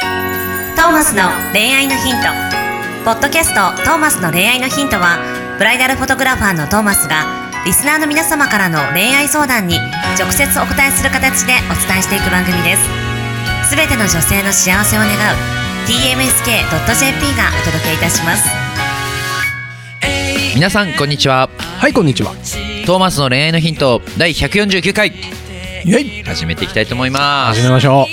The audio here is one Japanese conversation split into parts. トーマスの恋愛のヒント」ポッドキャスト「トーマスの恋愛のヒントは」ブライダルフォトグラファーのトーマスがリスナーの皆様からの恋愛相談に直接お答えする形でお伝えしていく番組ですすべての女性の幸せを願う tmsk.jp がお届けいたします皆さんこんにちははいこんにちはトーマスの恋愛のヒント第149回イェイ始めていきたいと思いま始すめましょ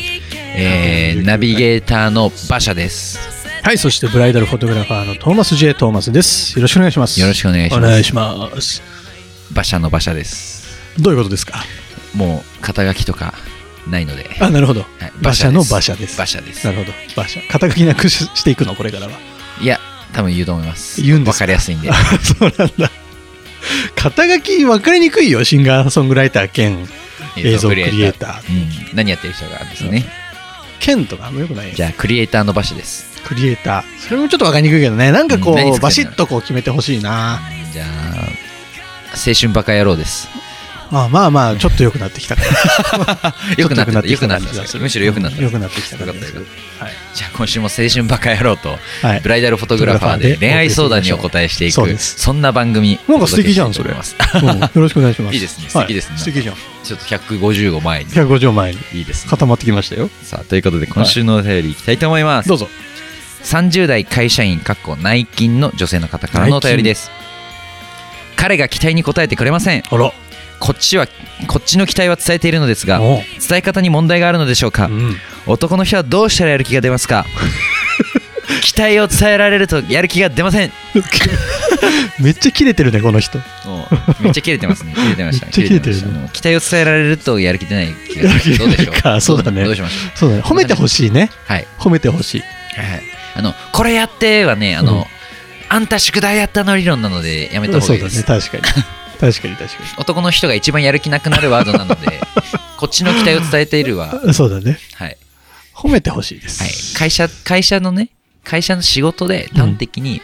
えー、ナビゲーターの馬車ですうはいそしてブライダルフォトグラファーのトーマス J トーマスですよろしくお願いしますよろしくお願いしますお願いします馬車の馬車ですどういうことですかもう肩書きとかないのであなるほど、はい馬車の馬馬車車でですす馬車ですなるほど馬車肩書きなくししていくのこれからはいや多分言うと思います言うんでわすかかりやすいんでそうなんだ肩書き分かりにくいよシンガーソングライター兼 映像クリエイターうん、何やってる人がですね兼とかあんまよくないよじゃあクリエイターの馬車ですクリエイターそれもちょっと分かりにくいけどねなんかこうん何作るのうバシッとこう決めてほしいなじゃあ青春バカ野郎ですまあまあまあちょっと良くなって きたからよくなってたよくなっちょてと良くなってきた感じがすたるむしろよくなってた良くなってきたよ感かっじたがよすかったるじゃあ今週も青春バカ野郎とはい、ブライダルフォトグラファーで恋愛相談にお答えしていそうでくすそんな番組なんか素敵じゃんお 届けしていきたいと思いうんよろしくお願いしますいいですね素敵ですねはい素敵じゃんますちょっと155前に150万円いいですね固まってきましたよさあということで今週のお便りいきたいと思いますどうぞ30代会社員かっこ内勤の女性の方からのお便りです彼が期待に応えてくれませんあらこっちはこっちの期待は伝えているのですがおう伝え方に問題があるのでしょうかうん 男の人はどうしたらやる気が出ますか期待を伝えられるとやる気が出ませんめっちゃ切れてるねこの人もうめっちゃ切れてます ね。切れてましたね。めっちゃ切れてるねましたもう期待を伝えられるとやる気出ない気がする。どうでしょう。かそうだねどうしましょそうだね褒めてほしいねう。はい。褒めてほしいはい。あのこれやってはね、あの、うんあんた宿題やったの理論なのでやめた方そがういいだでねす。確かに確かに確か男の人が一番やる気なくなるワードなの で、こっちの期待を伝えているは、にそうだねはい。褒めてほしいですはい、会社会社のね会社の仕事で端的に、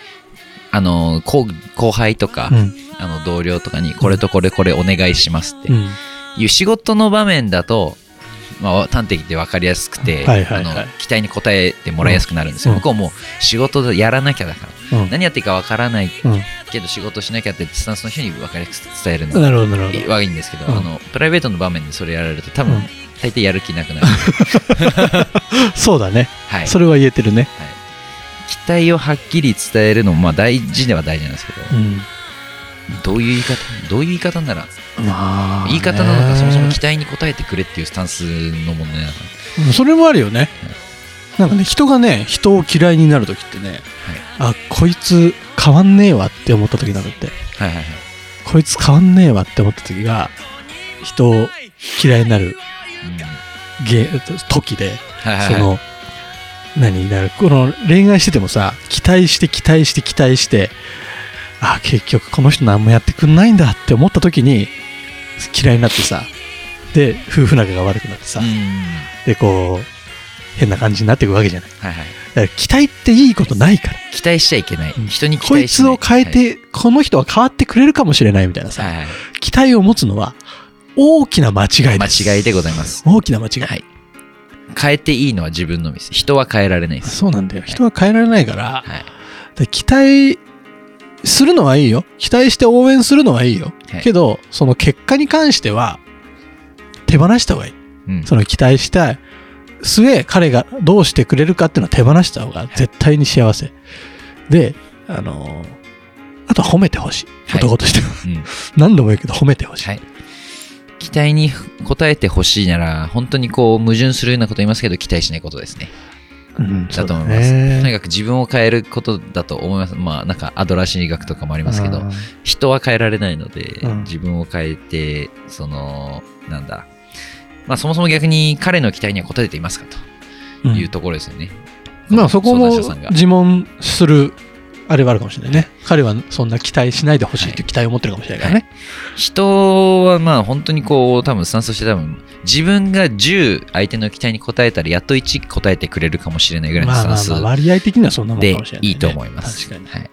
あの後後輩とか、うんあの同僚とかにこれとこれこれお願いしますってうんいう仕事の場面だと、まあ、端的で分かりやすくて、はいはいはあいの期待に応えてもらいやすくなるんですよ、うん僕はもう仕事やらなきゃだから、うん何やっていいか分からないうんけど仕事しなきゃってスタンスの人に分かりやすく伝えるのなるほどなるほどはいいんですけど、うんあのプライベートの場面でそれやられると多分、うん大抵やる気なくなる、そうだねはい、それは言えてるね期待をはっきり伝えるのもまあ大事では大事なんですけど、うんどういう言い方どういう言い方ならまあね言い方なのかそもそも期待に応えてくれっていうスタンスの問題なのかうんそれもあるよねなんかね人がね人を嫌いになる時ってねあこいつ変わんねえわって思った時なのってはいはいはいこいつ変わんねえわって思った時が人を嫌いになるげ時ではいうんそはいはいはいの何だろうこの恋愛しててもさ期待して期待して期待してあ結局この人何もやってくんないんだって思った時に嫌いになってさで夫婦仲が悪くなってさ、うんでこう変な感じになっていくわけじゃないはいはいだから期待っていいことないから期待しちゃいけない人に期こ待いしつないを変えて、この人は変わってくれるかもしれないみたいなさ、はいはいは期待を持つのは大きな間違いいです間違いでございます大きな間違い、はい変えていいのは自分のみです人は変えられないですそうなんだよ人は変えられないかはら,、い期待するのはいいよ期待して応援するのはいいよ、はいけどその結果に関しては手放した方がいいうんその期待した末彼がどうしてくれるかっていうのは手放した方が絶対に幸せ、であのーあとは褒めてほしいはい男としては、うん何度も言うけど褒めてほしい、はい期待に応えてほしいなら本当にこう矛盾するようなこと言いますけど期待しないことですねうんだと思いそうます。ねとにかく自分を変えることだと思います。まあなんかアドラー心理学とかもありますけど、うん人は変えられないので、うん自分を変えて、その、なんだ、まあそもそも逆に彼の期待には応えていますかというところですよね。まあそこ相も談者さんが自問するあれはあるかもしれないね彼はそんな期待しないでほしいという期待を持ってるかもしれないからね、人はまあ本当にこう多分スタンスとして多分自分が10相手の期待に応えたらやっと1答えてくれるかもしれないぐらいのまスあタまンあスまあ割合的にはそんなもんでかもしれない、ね、いいと思います。確かはい、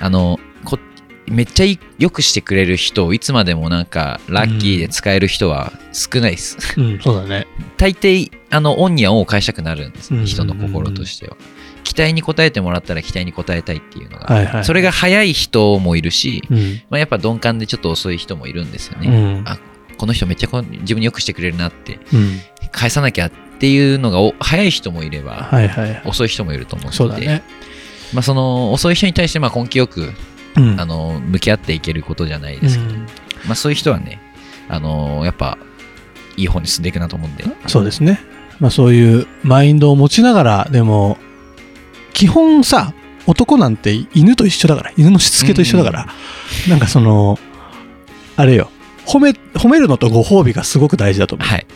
あのこめっちゃいよくしてくれる人をいつまでもなんかラッキーで使える人は少ないです。 にうんそうだね大抵あのオンにはオンを返したくなるんです、うんうんうんうん人の心としては。期待に応えてもらったら期待に応えたいっていうのが、はいはいそれが早い人もいるし、うん。まあ、やっぱ鈍感でちょっと遅い人もいるんですようね、ん。あこの人めっちゃこう自分によくしてくれるなってうん。返さなきゃっていうのがお早い人もいればはいはいはい。遅い人もいると思うのでそうだね。まあ、その遅い人に対してまあ根気よくうん。あの向き合っていけることじゃないでうすけど、ん、まあ、そういう人はねあのやっぱいい方に進んでいくなと思うんで、そうですね。まあそういうマインドを持ちながら、でも、基本さ、男なんて犬と一緒だから、犬のしつけと一緒だから、なんかその、あれよ、褒め、褒めるのとご褒美がすごく大事だと思う。はい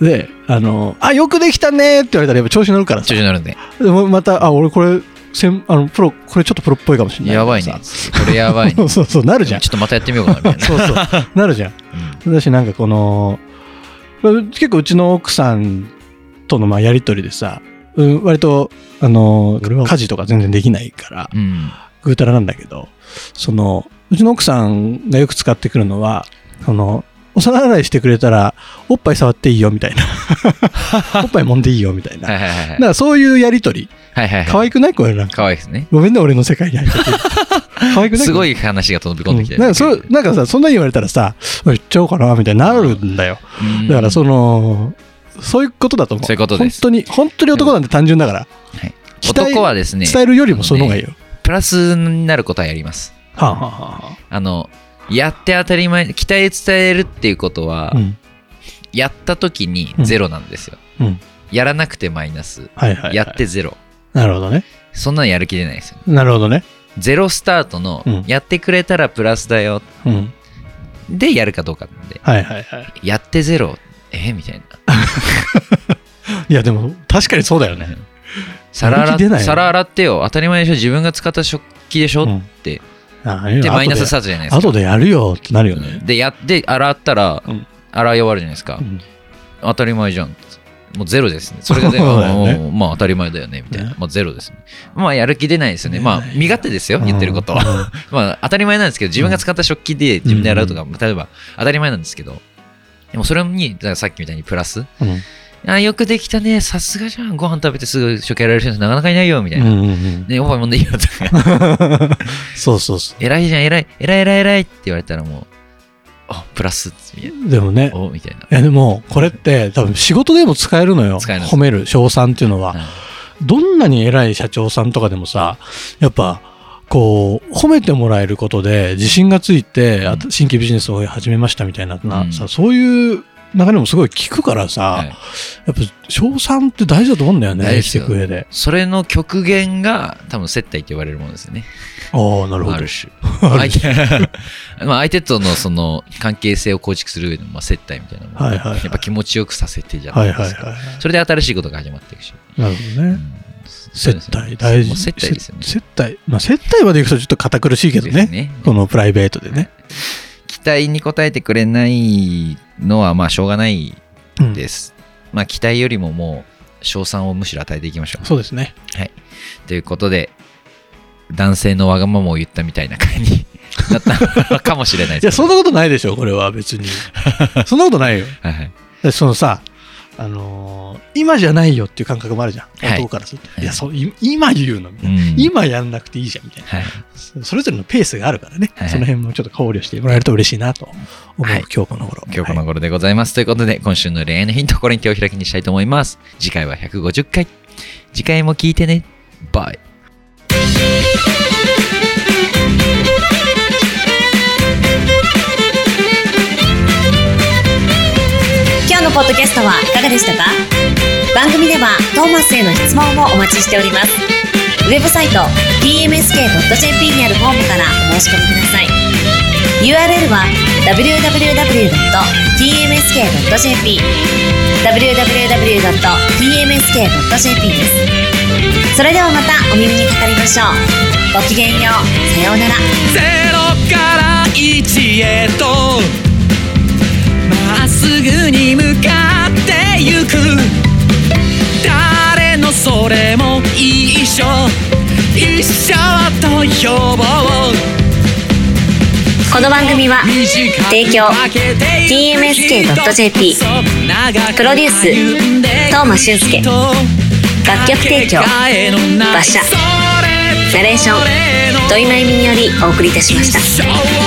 で、あの、あ、よくできたねって言われたらやっぱ調子乗るからさ調子。になるんででもまた、あ、俺これ、せんあのプロ、これちょっとプロっぽいかもしれない。やばいねさこれや ばいねそうそう、なる ちじょゃっ。んとまたやってみようかなみたいなそうそう、なるじゃん。 だし、なんかこの、結構うちの奥さんとのまあやりとりでさ、うん、割と、あの、俺は家事とか全然できないから、うん、うんぐうたらなんだけど、その、うちの奥さんがよく使ってくるのは、その、お皿洗いしてくれたら、おっぱい触っていいよみたい な。おっぱい揉んでいいよみたいな。はだいはいはいはいからそういうやりとり、はいはいはい可愛くないこれなんか。可愛いですねごめんね、俺の世界に入ってて。 可愛くないすごい話が飛び込んできてうんなんかそうなんかさそんなに言われたらさ言っちゃおうかなみたいになるんだよ、うんだからそのそういうことだと思うそういうことです本当に本当に男なんて単純だから、はい期待男はですね伝えるよりもその方がいいよ、プラスになることはやりますはあはあはあのやって当たり前期待伝えるっていうことは、あうんやった時にゼロなんですよ、うんやらなくてマイナスはいはい、はい、やってゼロ、なるほどねそんなんやる気出ないですよなるほどねゼロスタートのうんやってくれたらプラスだようんでやるかどうかなんではいはいはいやってゼロえみたいいやでも確かにそうだよな、ね、皿やる気出な洗いよ皿洗ってよ当たり前でしょ自分が使った食器でしょ、うんってああいやでマイナスス後タートじゃないでですか後でやるよってなるよね、でやって洗ったら、うん洗い終わるじゃないですか、うん当たり前じゃんもうゼロですねそれがゼそロうだよねもうまあ当たり前だよねみたいな、ねまあゼロですねまあやる気出ないですよね出まなあい身勝手ですよ言ってることは、うん まあ当たり前なんですけど自分が使った食器で自分で洗うとか、例えば当たり前なんですけどでもそれにだからさっきみたいにプラスうんあよくできたねさすがじゃんご飯食べてすぐ食器やられる人なかなかいないよみたいな、うんうんうんねおっぱいもんでいいよとか そうそうそ偉いじゃん偉い偉い偉い偉いって言われたらもうあプラスみたいなうでもねおみたいないやでもこれって多分仕事でも使えるのよ使えます褒める称賛っていうのは、うんどんなに偉い社長さんとかでもさやっぱこう褒めてもらえることで自信がついて、あと新規ビジネスを始めましたみたいな、なうんさそういう流れもすごい聞くからさ、はいやっぱ称賛って大事だと思うんだよね大事で生きすてよいく上でそれの極限が多分接待って言われるものですよね。あ あなるほどある種。相手まあ相手 とのその関係性を構築する上でのまあ接待みたいなもの、はいはいはいやっぱ気持ちよくさせてじゃなはいいですか。はいはいそれで新しいことが始まっていくし。なるほどうね、んそうで接すね待大もう事接待ですよね。接待まあ接待までいくとちょっと堅苦しいけどでねすねこのプライベートでね、期待に応えてくれないのはまあしょうがないうんです。まあ期待よりももう賞賛をむしろ与えていきましょう。そうですねということで、男性のわがままを言ったみたいな感じ になったのかもしれないいでや、すそんなことないでしょ、これは 別に。そんなことないよ。はいはいだってそのさ、あのー今じゃないよっていう感覚もあるじゃん。はい男からすると。はいいや、そう、い今言うのみたういな。ん今やんなくていいじゃんみたいな。はい、そそれぞれのペースがあるからね。はいその辺もちょっと考慮してもらえると嬉しいなと思う、はい今日この頃。今日このはい頃でございます。ということで、今週の恋愛のヒント、これに手を開きにしたいと思います。次回は150回。次回も聞いてね。バイ。今日のポッドキャストはいかがでしたか番組ではトーマスへの質問もお待ちしておりますウェブサイト tmsk.jp にあるフォームからお申し込みください URL は www.tmsk.jp www.tmsk.jp ですそれではまたお耳にかかりましょうごきげんようさようならゼロから一へとまっすぐに向かってゆく誰のそれも一緒一緒と呼ぼうこの番組は提供 TMSK.jp プロデュース東間俊介楽曲提供馬車ナレーション土井真由美によりお送りいたしましたた